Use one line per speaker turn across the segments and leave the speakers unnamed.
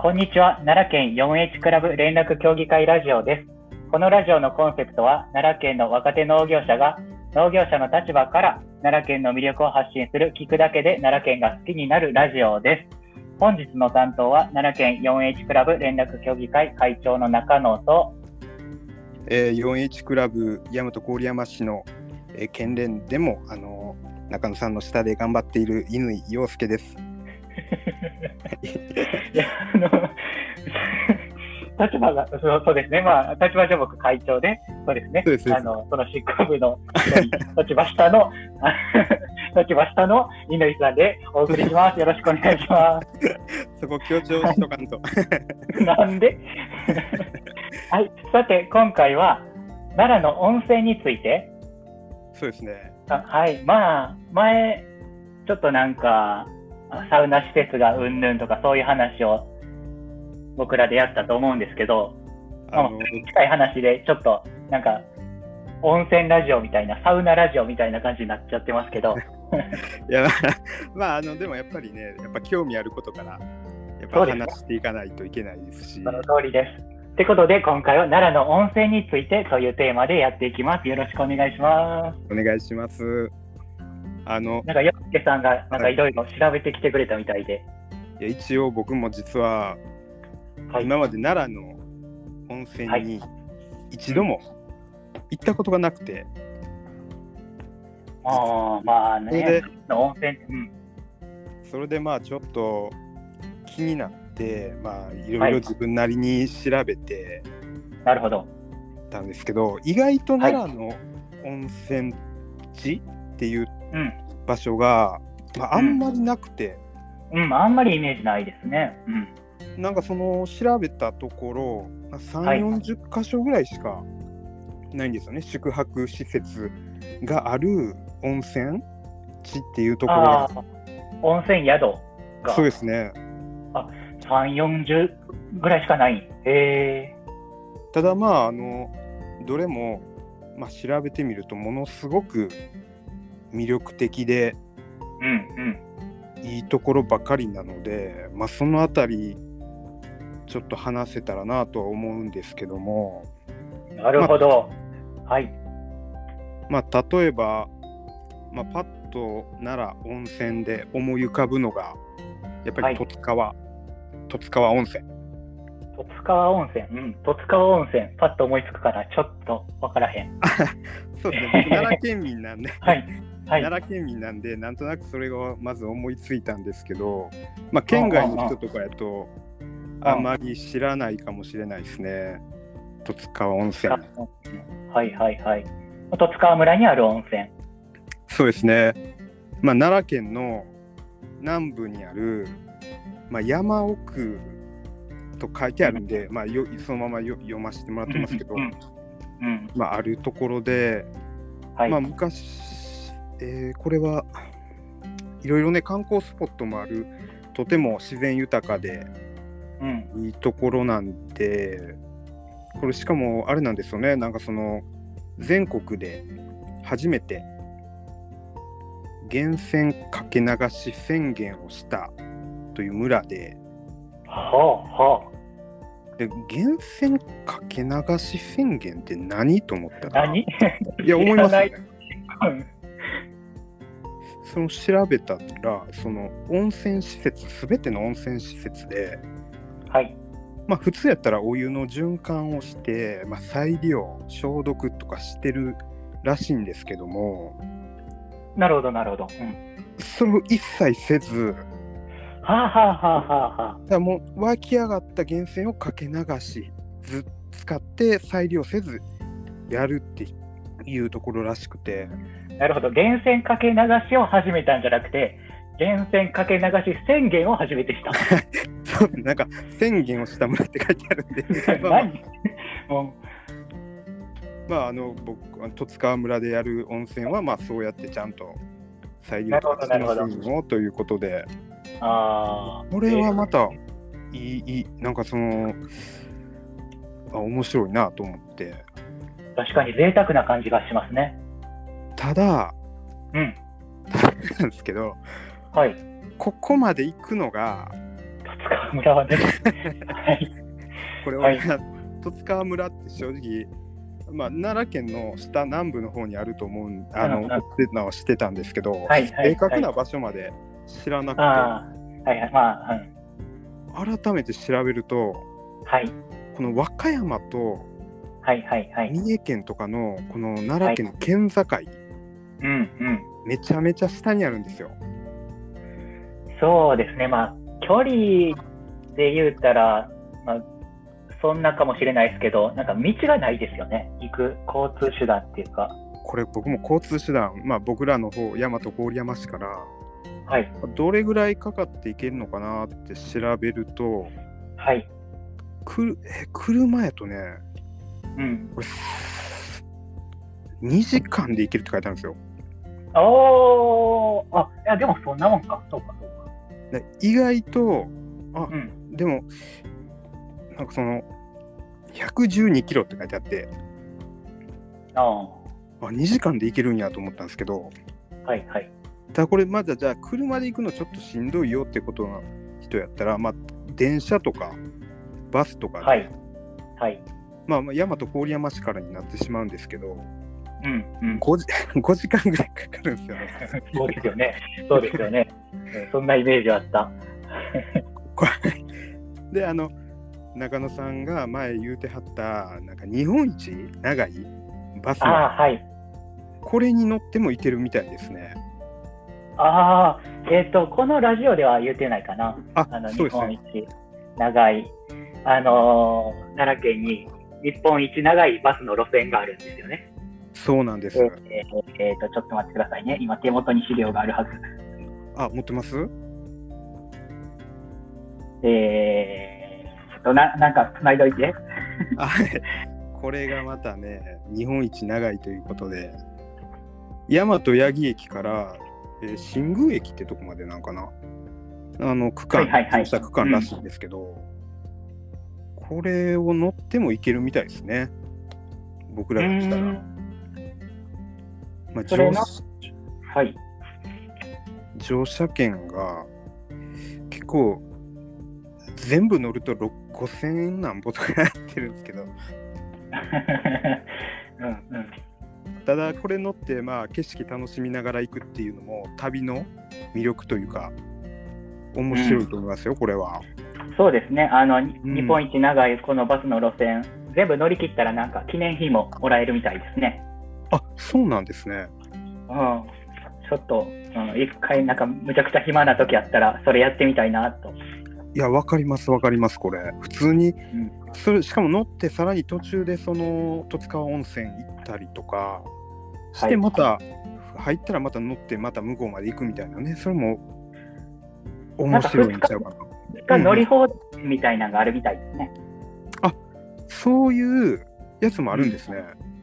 こんにちは奈良県 4H クラブ連絡協議会ラジオですこのラジオのコンセプトは奈良県の若手農業者が農業者の立場から奈良県の魅力を発信する聞くだけで奈良県が好きになるラジオです本日の担当は奈良県 4H クラブ連絡協議会会長の中野と
えー、4H クラブ大和郡山市の、えー県連でも、あのー中野さんの下で頑張っている乾陽介です。
いや、あの、立場が、そうそうですね、まあ、立場上僕会長で、そうですね、
そうですそうです
あの、その執行部の、立場下の、 あ立場下の乾さんでお送りします。よろしくお願いしま
そこ強調しとかんと。
す。なんで はい、さて、今回は、奈良の温泉について、
そうですね。
あはい、まあ、前、ちょっとなんか、あサウナ施設がうんぬんとか、そういう話を、僕らでやったと思うんですけど、
あのー
近い話で、ちょっとなんか、温泉ラジオみたいな、サウナラジオみたいな感じになっちゃってますけど、
いや、 まあ、あの、でもやっぱりね、やっぱ興味あることから、や
そ
っぱ
うですね
話していかないといけないですし、
その通りです。ってことで、今回は奈良の温泉についてというテーマでやっていきます。よろしくお願いします。
お願いします。あの、
なんか、よっけさんが、なんかいろいろ調べてきてくれたみたいで、
いや一応僕も実は、
はい
今まで奈良の温泉に一度も行ったことがなくて、
ああ、まあ
それ
ね
で、
の温泉、うん、
それでまあちょっと気になってまあいろ
はいい
ろ自分なりに調べて
なるほど。
たんですけど、意外と奈良の温泉地っていう
うん
場所が、まあ、あんまりなくて、
うん、あんまりイメージないですね。うん。
なんかその調べたところ3、
はい
40箇所ぐらいしかないんですよね宿泊施設がある温泉地っていうところ
あ
が
あ、温泉宿が
そうですね
3、40ぐらいしかない。へえ。
ただまああのどれも、まあ、調べてみるとものすごく魅力的で
うんうん。
いいところばかりなので、まあ、そのあたりちょっと話せたらなとは思うんですけども、
なるほど。はい。
まあ、例えば、まあ、パッと奈良温泉で思い浮かぶのがやっぱ
はい
り十津川、十津川温泉
十津川温泉。うん。十津川温泉。パッと思いつくから、ちょっとわからへん。
そうですね僕奈良県民なんで
はい。はい。
奈良県民なんでなんとなくそれがまず思いついたんですけど、まあ、県外の人とかやと
ん
あまり知らないかもしれないですね十津川温泉
はいはいはい。十津川村にある温泉。
そうですね、まあ、奈良県の南部にある、まあ、山奥と書いてあるんで、まあ、よそのままよ読ませてもらってますけど、
うんうんうん。うん
まあ、あるところで、
はい。
まあ、昔、えーこれはいろいろね観光スポットもあるとても自然豊かで
うん。
いいところなんでこれしかもあれなんですよねなんかその全国で初めて源泉かけ流し宣言をしたという村で
はあは
で源泉かけ流し宣言って何と思った
あ。
ら
何
いや思いますよね
うん
その調べたらその温泉施設すべての温泉施設で、
はい。
まあ、普通やったらお湯の循環をして、まあ、再利用消毒とかしてるらしいんですけども
なるほどなるほど。うん。
それを一切せず
はあはあはあはあはあ。
だからもう湧き上がった源泉をかけ流しず使って再利用せずやるっていうところらしくて
なるほど、源泉かけ流しを始めたんじゃなくて、源泉かけ流し宣言を初めてした。
そうなんか宣言をした村って書いてあるんで まあまあ
何も
まああの僕あの十津川村でやる温泉はまあそうやってちゃんと再利用とかし
な
てま
るほどなる
すよということ
う、
で
ああ。
これはまたいいいいなんかそのあ面白いなと思って
えー確かに贅沢な感じがしますね。
ただ
うん。
なんですけど
はい。
ここまで行くのが
十津川村です。はい。
これは、
は
はい
い、
十津川村って正直、まあ、奈良県の下南部の方にあると思うんあの、
うんうん
ってのは知ってたんですけど、
はいはい
正確な場所まで知らなくて、
ああ、はいはい。まあ、うん。
改めて調べると
はい。
この和歌山と
はいはいはい。
三重県とかのこの奈良県の県境、
うんうん。
めちゃめちゃ下にあるんですよ。
そうですね、まあ、距離で言うたら、まあ、そんなかもしれないですけど、なんか道がないですよね、行く交通手段っていうか。
これ僕も交通手段、まあ、僕らの方大和郡山市から
はい、
どれぐらいかかっていけるのかなって調べると
はい、
くるえ車やとね
うん。
これ2時間で行けるって書いてあるんですよ。
おー、あいや、でもそんなもんか、そうか、そうか。
で意外と
うん、
でもなんかその112キロって書いてあって
あー
あ2時間で行けるんやと思ったんですけど
はい、はい、
ただこれまだじゃあ車で行くのちょっとしんどいよってことの人やったら、まあ、電車とかバスとかで、
はい、はい、
まあ、まあ大和郡山市からになってしまうんですけど
うん、うん。
5, 時 5時間ぐらいかかるんです よね。
そうですよね、そうですよね。うんそんなイメージあった。
これであの中野さんが前言うてはったなんか日本一長いバスの
あー、はい。
これに乗っても行けるみたいですね。
ああ、えっ、と、このラジオでは言ってないかな。
あ
あの
そう
日
です
本
ね。
一長い、あのー奈良県に日本一長いバスの路線があるんですよね。
そうなんで
え
す
ー。えーえーとちょっと待ってくださいね、今、手元に資料があるはず。
あ持ってます
えー、ちょっとななんか繋いどいて。
あはい これがまたね日本一長いということで大和八木駅から、えー新宮駅ってとこまでなんかなあの区間
はいはいはい
乗車区間らしいんですけど、これを乗っても行けるみたいですね僕らが来たら、まあ、
それ
乗
なはい、
乗車券が結構全部乗ると6 5000円なんぼとかなってるんですけど
うんうん、
ただこれ乗ってまあ景色楽しみながら行くっていうのも旅の魅力というか面白いと思いますよ、これは
そうですねあの、に
うん
日本一長いこのバスの路線、全部乗り切ったら、なんか記念品ももらえるみたいですね。
あそうなんですね
うんちょっと、うん、一回なんかむちゃくちゃ暇な時あったらそれやってみたいなと。
いやわかりますわかりますこれ普通に
ん
それしかも乗ってさらに途中でその十津川温泉行ったりとかし
は
て
い
また入ったらまた乗ってまた向こうまで行くみたいなねそれも面白いんちゃうかな
が乗り放題みたいなのがあるみたいですね。
そういうやつもあるんですね、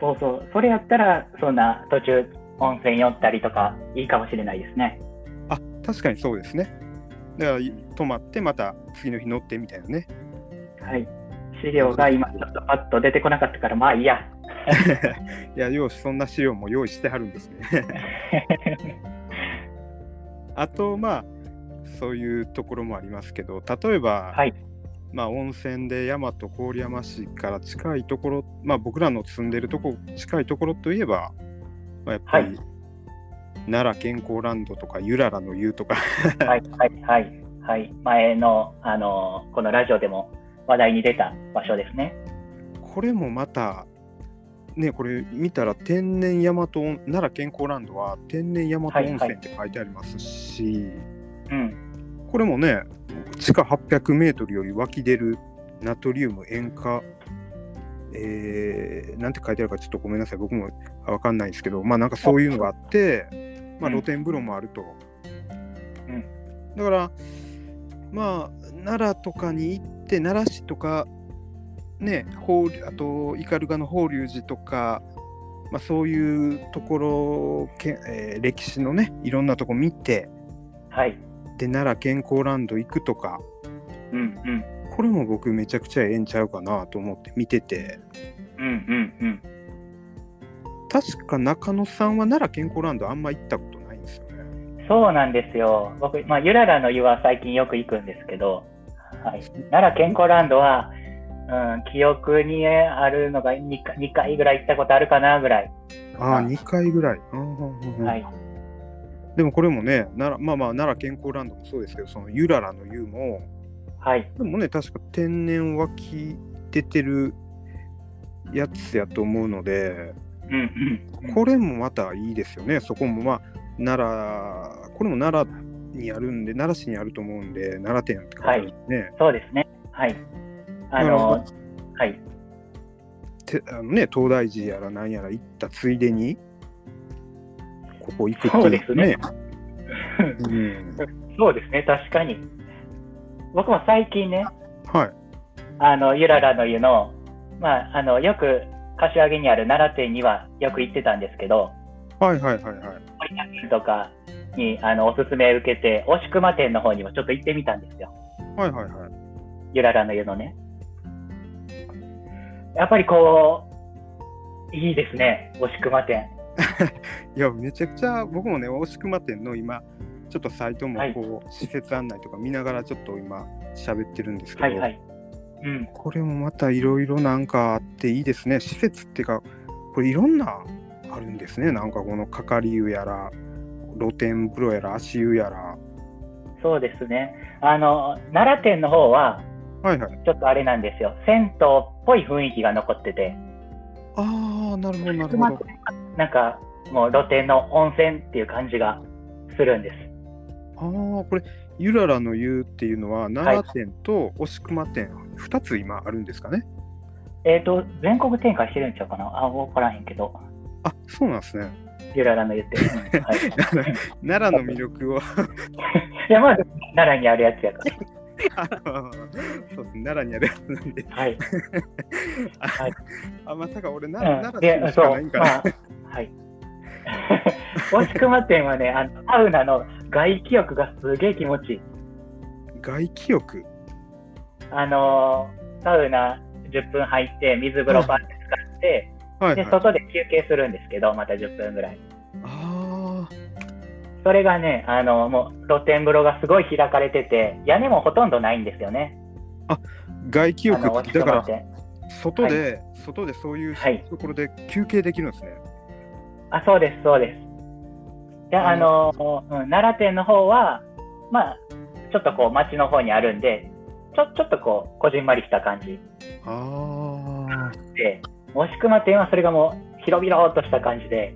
そうそう、それやったらそんな途中温泉寄ったりとかいいかもしれないですね。
あ確かにそうですね。だからい泊まってまた次の日乗ってみたいなね。
はい。資料が今ちょっとパッと出てこなかったからまあいいや。
いや、ようそんな資料も用意してはるん ですね。あと、まあ、そういうところもありますけど、例えば、
はい
まあ、温泉で大和郡山市から近いところ、まあ、僕らの住んでるとこ近いところといえば、まあ、やっぱり、
はい
奈良健康ランドとかゆららの湯とか
はいはいはいはい。前のあのこのラジオでも話題に出た場所ですね。
これもまたねこれ見たら天然大和温奈良健康ランドは天然大和温泉って書いてありますし、
うん。
これもね地下 800m より湧き出るナトリウム塩化えー、なんて書いてあるかちょっとごめんなさい僕も分かんないですけどまあなんかそういうのがあって、まあ、
うん
露天風呂もあると、
うん
だからまあ奈良とかに行って奈良市とかね法あと斑鳩の法隆寺とか、まあ、そういうところけ、えー歴史のねいろんなとこ見て
はい。
で奈良健康ランド行くとか
うんうん
これも僕めちゃくちゃええんちゃうかなと思って見てて
うんうんうん。
確か中野さんは奈良健康ランドあんま行ったことないんですよね
そうなんですよ。僕、まあ、ゆららの湯は最近よく行くんですけど、はい、奈良健康ランドは、うん、記憶にあるのが 2, 2回ぐらい行ったことあるかなぐらい、
ああ、2回ぐらい。うんうんうんうん
はい、
でもこれもね、奈良まあまあ、奈良健康ランドもそうですけど、そのゆららの湯も、
はい、
でもね、確か天然は効いててるやつやと思うので、
うんうん
これもまたいいですよね。そこもまあ、奈良、これも奈良にあるんで、奈良市にあると思うんで、奈良店って書いてあるんでね。
そうですねはいあ
なる
の
ほ
はい
てあのね、東大寺やらなんやら行ったついでに、ここ行くっていう
そうですね
うん、
そうですね確かに僕も最近ね
はい。
あのゆららの湯の,、まあ、あのよく柏木にある奈良店にはよく行ってたんですけど
はいはいはいはい。
森田君とかにあのおすすめ受けて押熊店の方にもちょっと行ってみたんですよ
はいはいはい。
ゆららの湯のね。やっぱりこう、いいですね、押し熊店。
いや、めちゃくちゃ僕もね、大熊店の今、ちょっとサイトも
はい
こう、施設案内とか見ながらちょっと今、喋ってるんですけど、
はいはい。うん、
これもまたいろいろなんかあっていいですね。施設っていうか、これいろんなあるんですね。なんかこの係湯やら、露天風呂やら、足湯やら。
そうですね。あの、奈良店の方は、
はいはい。
ちょっとあれなんですよ、銭湯っぽい雰囲気が残ってて、
ああ、なるほどなる
熊
ほ
店
ど。
なんか、もう露店の温泉っていう感じがするんです。
ああ、これ、ゆららの湯っていうのは、奈良店と押熊店、2つ今あるんですかね。
えっ、と、全国展開してるんちゃうかなあ、わからへんけど、
あそうなんですね。
ゆららの言 って。うんはい、
奈良の魅力を
いや、まあ、奈良にあるやつやから。
あのそうですね、奈良にあるやつなんで、
はい。い
あまさか俺奈良、
うん
奈良
で
し
そ
かないん
う、
かな。
まあ、はい。 押熊店はね、あのサウナの外気浴がすげえ気持ちいい。
外気浴
あのーサウナ10分入って、水風呂パンで使って、
はい、
で、
はい。
外で休憩するんですけど、また10分ぐらい。
あ
それがね、あのもう露天風呂がすごい開かれてて、屋根もほとんどないんですよね。
ー外気
あ
浴
の
ってだから
店。
外で、外でそういう
はい
ところで休憩できるんですね。
あ、そうです、そうです。で、あのーうん、奈良店の方は、まあ、ちょっとこう、町の方にあるんで、ちょちょっとこう、こじんまりした感じ
あ
で、もしくは店はそれがもう、広々とした感じで、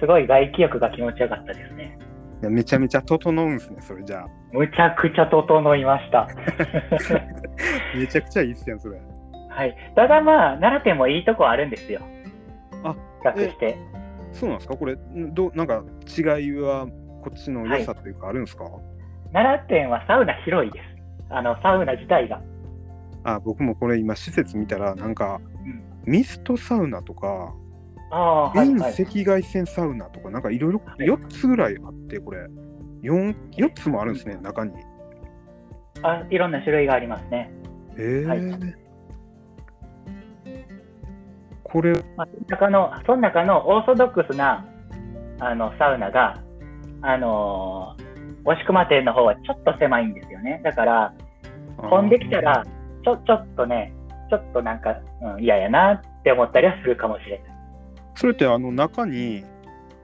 すごい外気浴が気持ちよかったですね。
あ、いやめちゃめちゃ整うんですね、それじゃあ。
むちゃくちゃ整いま した。
めちゃくちゃいいっすやん、それ。
はい。ただまあ、奈良店もいいとこあるんですよ。
あ
比較して。
そうなんですかこれ、んどうなんか違いはこっちの良さというかあるんですか、
奈良店はサウナ広いです。あの、サウナ自体が。
あ僕もこれ今施設見たらなんか、
ん
ミストサウナとか
ああ、はい、
遠
は
赤
い。
外線サウナとかなんかいろいろ
い
4つぐらいあってこれ 4, 4つもあるんですね中に
あ、いろんな種類がありますね。
えー
はい
これ
まあ、中のその中のオーソドックスなあのサウナが、あのー、押熊店の方はちょっと狭いんですよね。だから、混んできたら、ちょ、ちょっとね、ちょっとなんか、うん、嫌やなって思ったりはするかもしれない。
それってあの中に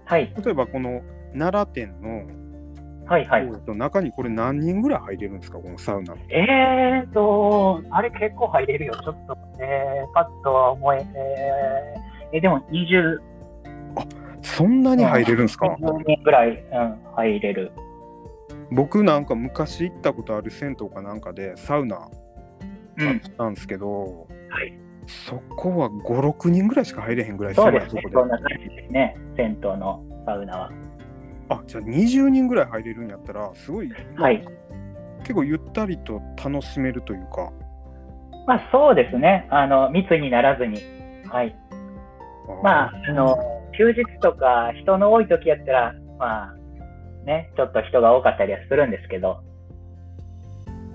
はい、
例えばこの奈良店の、
はい、はい。
こう中にこれ何人ぐらい入れるんですかこのサウナ
えーと、あれ結構入れるよ。ちょっと、えー、パッとは思え、えー、えでも20、
そんなに入れるんですか、
20人ぐらい、うん、入れる。
僕なんか昔行ったことある銭湯かなんかでサウナ
う
あ
ん
っ。たんですけど、
はい
そこは56人ぐらいしか入れへんぐらい
そう
狭い
です
と
ね
こで。
そんな感じですね。銭湯のサウナは。
あじゃあ20人ぐらい入れるんやったらすごい
はい。
結構ゆったりと楽しめるというか
まあそうですね。あの密にならずに、はい。
ー
まああの休日とか人の多い時やったら、まあね、ちょっと人が多かったりはするんですけど、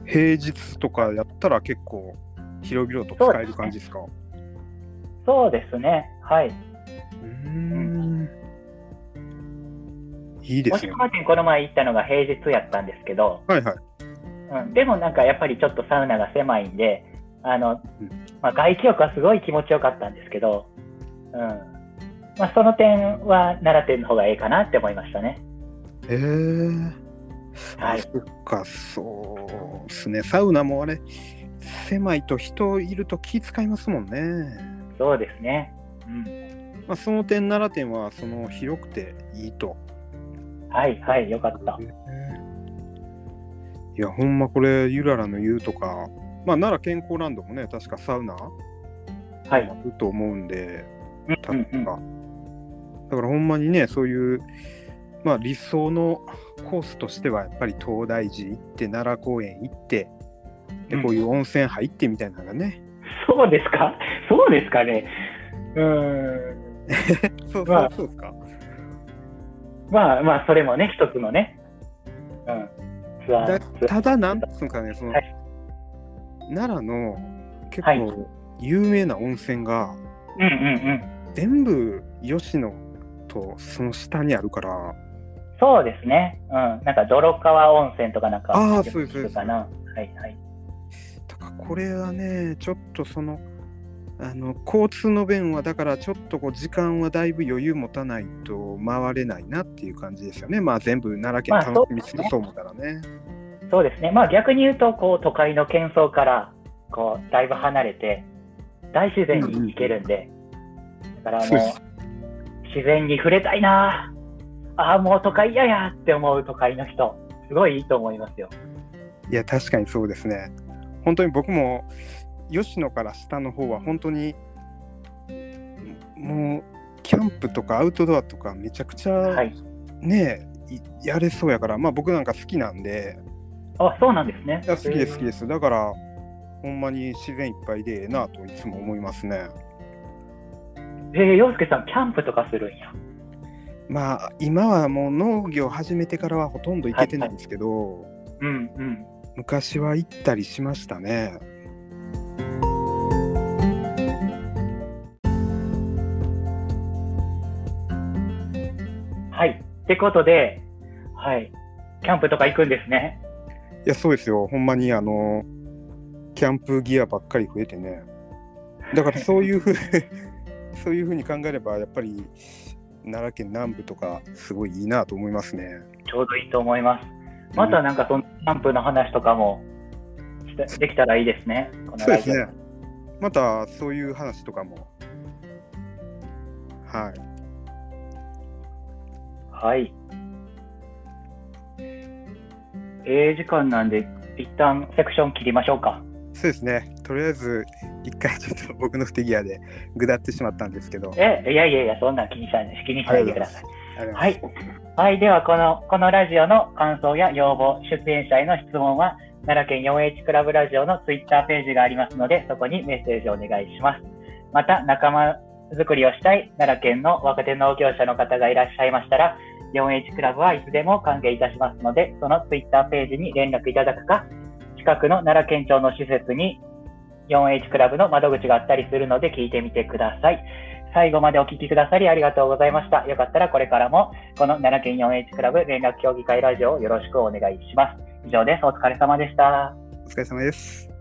平日とかやったら結構広々と使える感じですかう
そうですね。はい。
ーんいいで
も
す
し
ね
くはこの前行ったのが平日やったんですけど、
はいはい
うん、うん、でもなんかやっぱりちょっとサウナが狭いんで、あの
うん
まあ、外気浴はすごい気持ちよかったんですけど、うんまあ、その点は奈良店の方がいいかなって思いましたね。
えー、
は
あ
い、
そっか、そうですね。サウナもあれ、狭いと人いると気使いますもんね。
そうですね。うん、
まあ、その点、奈良店はその広くていいと。
はい、はい、よかった。
いや、ほんまこれ、ゆららの湯とか、まあ、奈良健康ランドもね、確かサウナ
は
あ
い。
ると思うんで、
うんうんうん
確かだからほんまにね、そういう、まあ、理想のコースとしては、やっぱり東大寺行って、奈良公園行って、で
うん
こういう温泉入ってみたいなのがね、
そうですか そうですかね。うーん。
そう
ま
そ
あ
うそうですか。
まあまあ、それもね、一つのね。うん。ツアー
だ
ツアー
ただなんつうかねその、
は
奈良の結
はい
構有名な温泉が
うんうんうん。
全部吉野とその下にあるから
そうですね。うん。なんか、泥川温泉とかなんか、
あーそうですそうです
かな。はいはい。
だからこれはねちょっとそのあの交通の便はだからちょっとこう時間はだいぶ余裕持たないと回れないなっていう感じですよねまあ全部奈良
まあ
県楽しみ
そうで
つ
す
つ
ね
そう思ったらね。
そうですね。まあ、逆に言うと、こう、都会の喧騒から、こう、だいぶ離れて、大自然に行けるんで、だから
そうで
も
す
う、自然に触れたいなあああ、もう都会嫌やって思う都会の人、すごいいいと思いますよ。
いや確かにそうですね。本当に僕も吉野から下の方は本当にもうキャンプとかアウトドアとかめちゃくち
は
ゃ
い。
ね、いやれそうやからまあ僕なんか好きなんで
あ、そうなんですね。
いや好きで
へ
す好き
ー
ですだからほんまに自然いっぱいでええなといつも思いますね。
えー、洋介さん、キャンプとかするんや。
まあ今はもう農業始めてからはほとんど行けてないんですけど、
うんうん。
昔は行ったりしましたね。
はい。ってことで、はい。キャンプとか行くんですね。
いや、そうですよ。ほんまに、あの、キャンプギアばっかり増えてね。だから、そうい うふう、そういうふうに考えれば、やっぱり、奈良県南部とか、すごいいいなと思いますね。
ちょうどいいと思います。またなんかそのキャンプの話とかもしてできたらいいですね。この
そう
ラ
で
ジ
す
オ
ね。また、そういう話とかも。はい。
はい。ええ時間なんで、一旦セクション切りましょうか。
そうですね。とりあえず、一回ちょっと僕の不手際で、ぐだってしまったんですけど。
え、いやいやいや、そんなん気にしないで、気にしないでください。
ありがとうござ
はいい。はい。では、この、このラジオの感想や要望、出演者への質問は、奈良県 4H クラブラジオのツイッターページがありますので、そこにメッセージをお願いします。また、仲間作りをしたい奈良県の若手農業者の方がいらっしゃいましたら、4H クラブはいつでも歓迎いたしますので、そのツイッターページに連絡いただくか、近くの奈良県庁の施設に 4H クラブの窓口があったりするので聞いてみてください。最後までお聞きくださりありがとうございました。よかったらこれからもこの奈良県 4H クラブ連絡協議会ラジオをよろしくお願いします。以上です。お疲れ様でした。
お疲れ様です。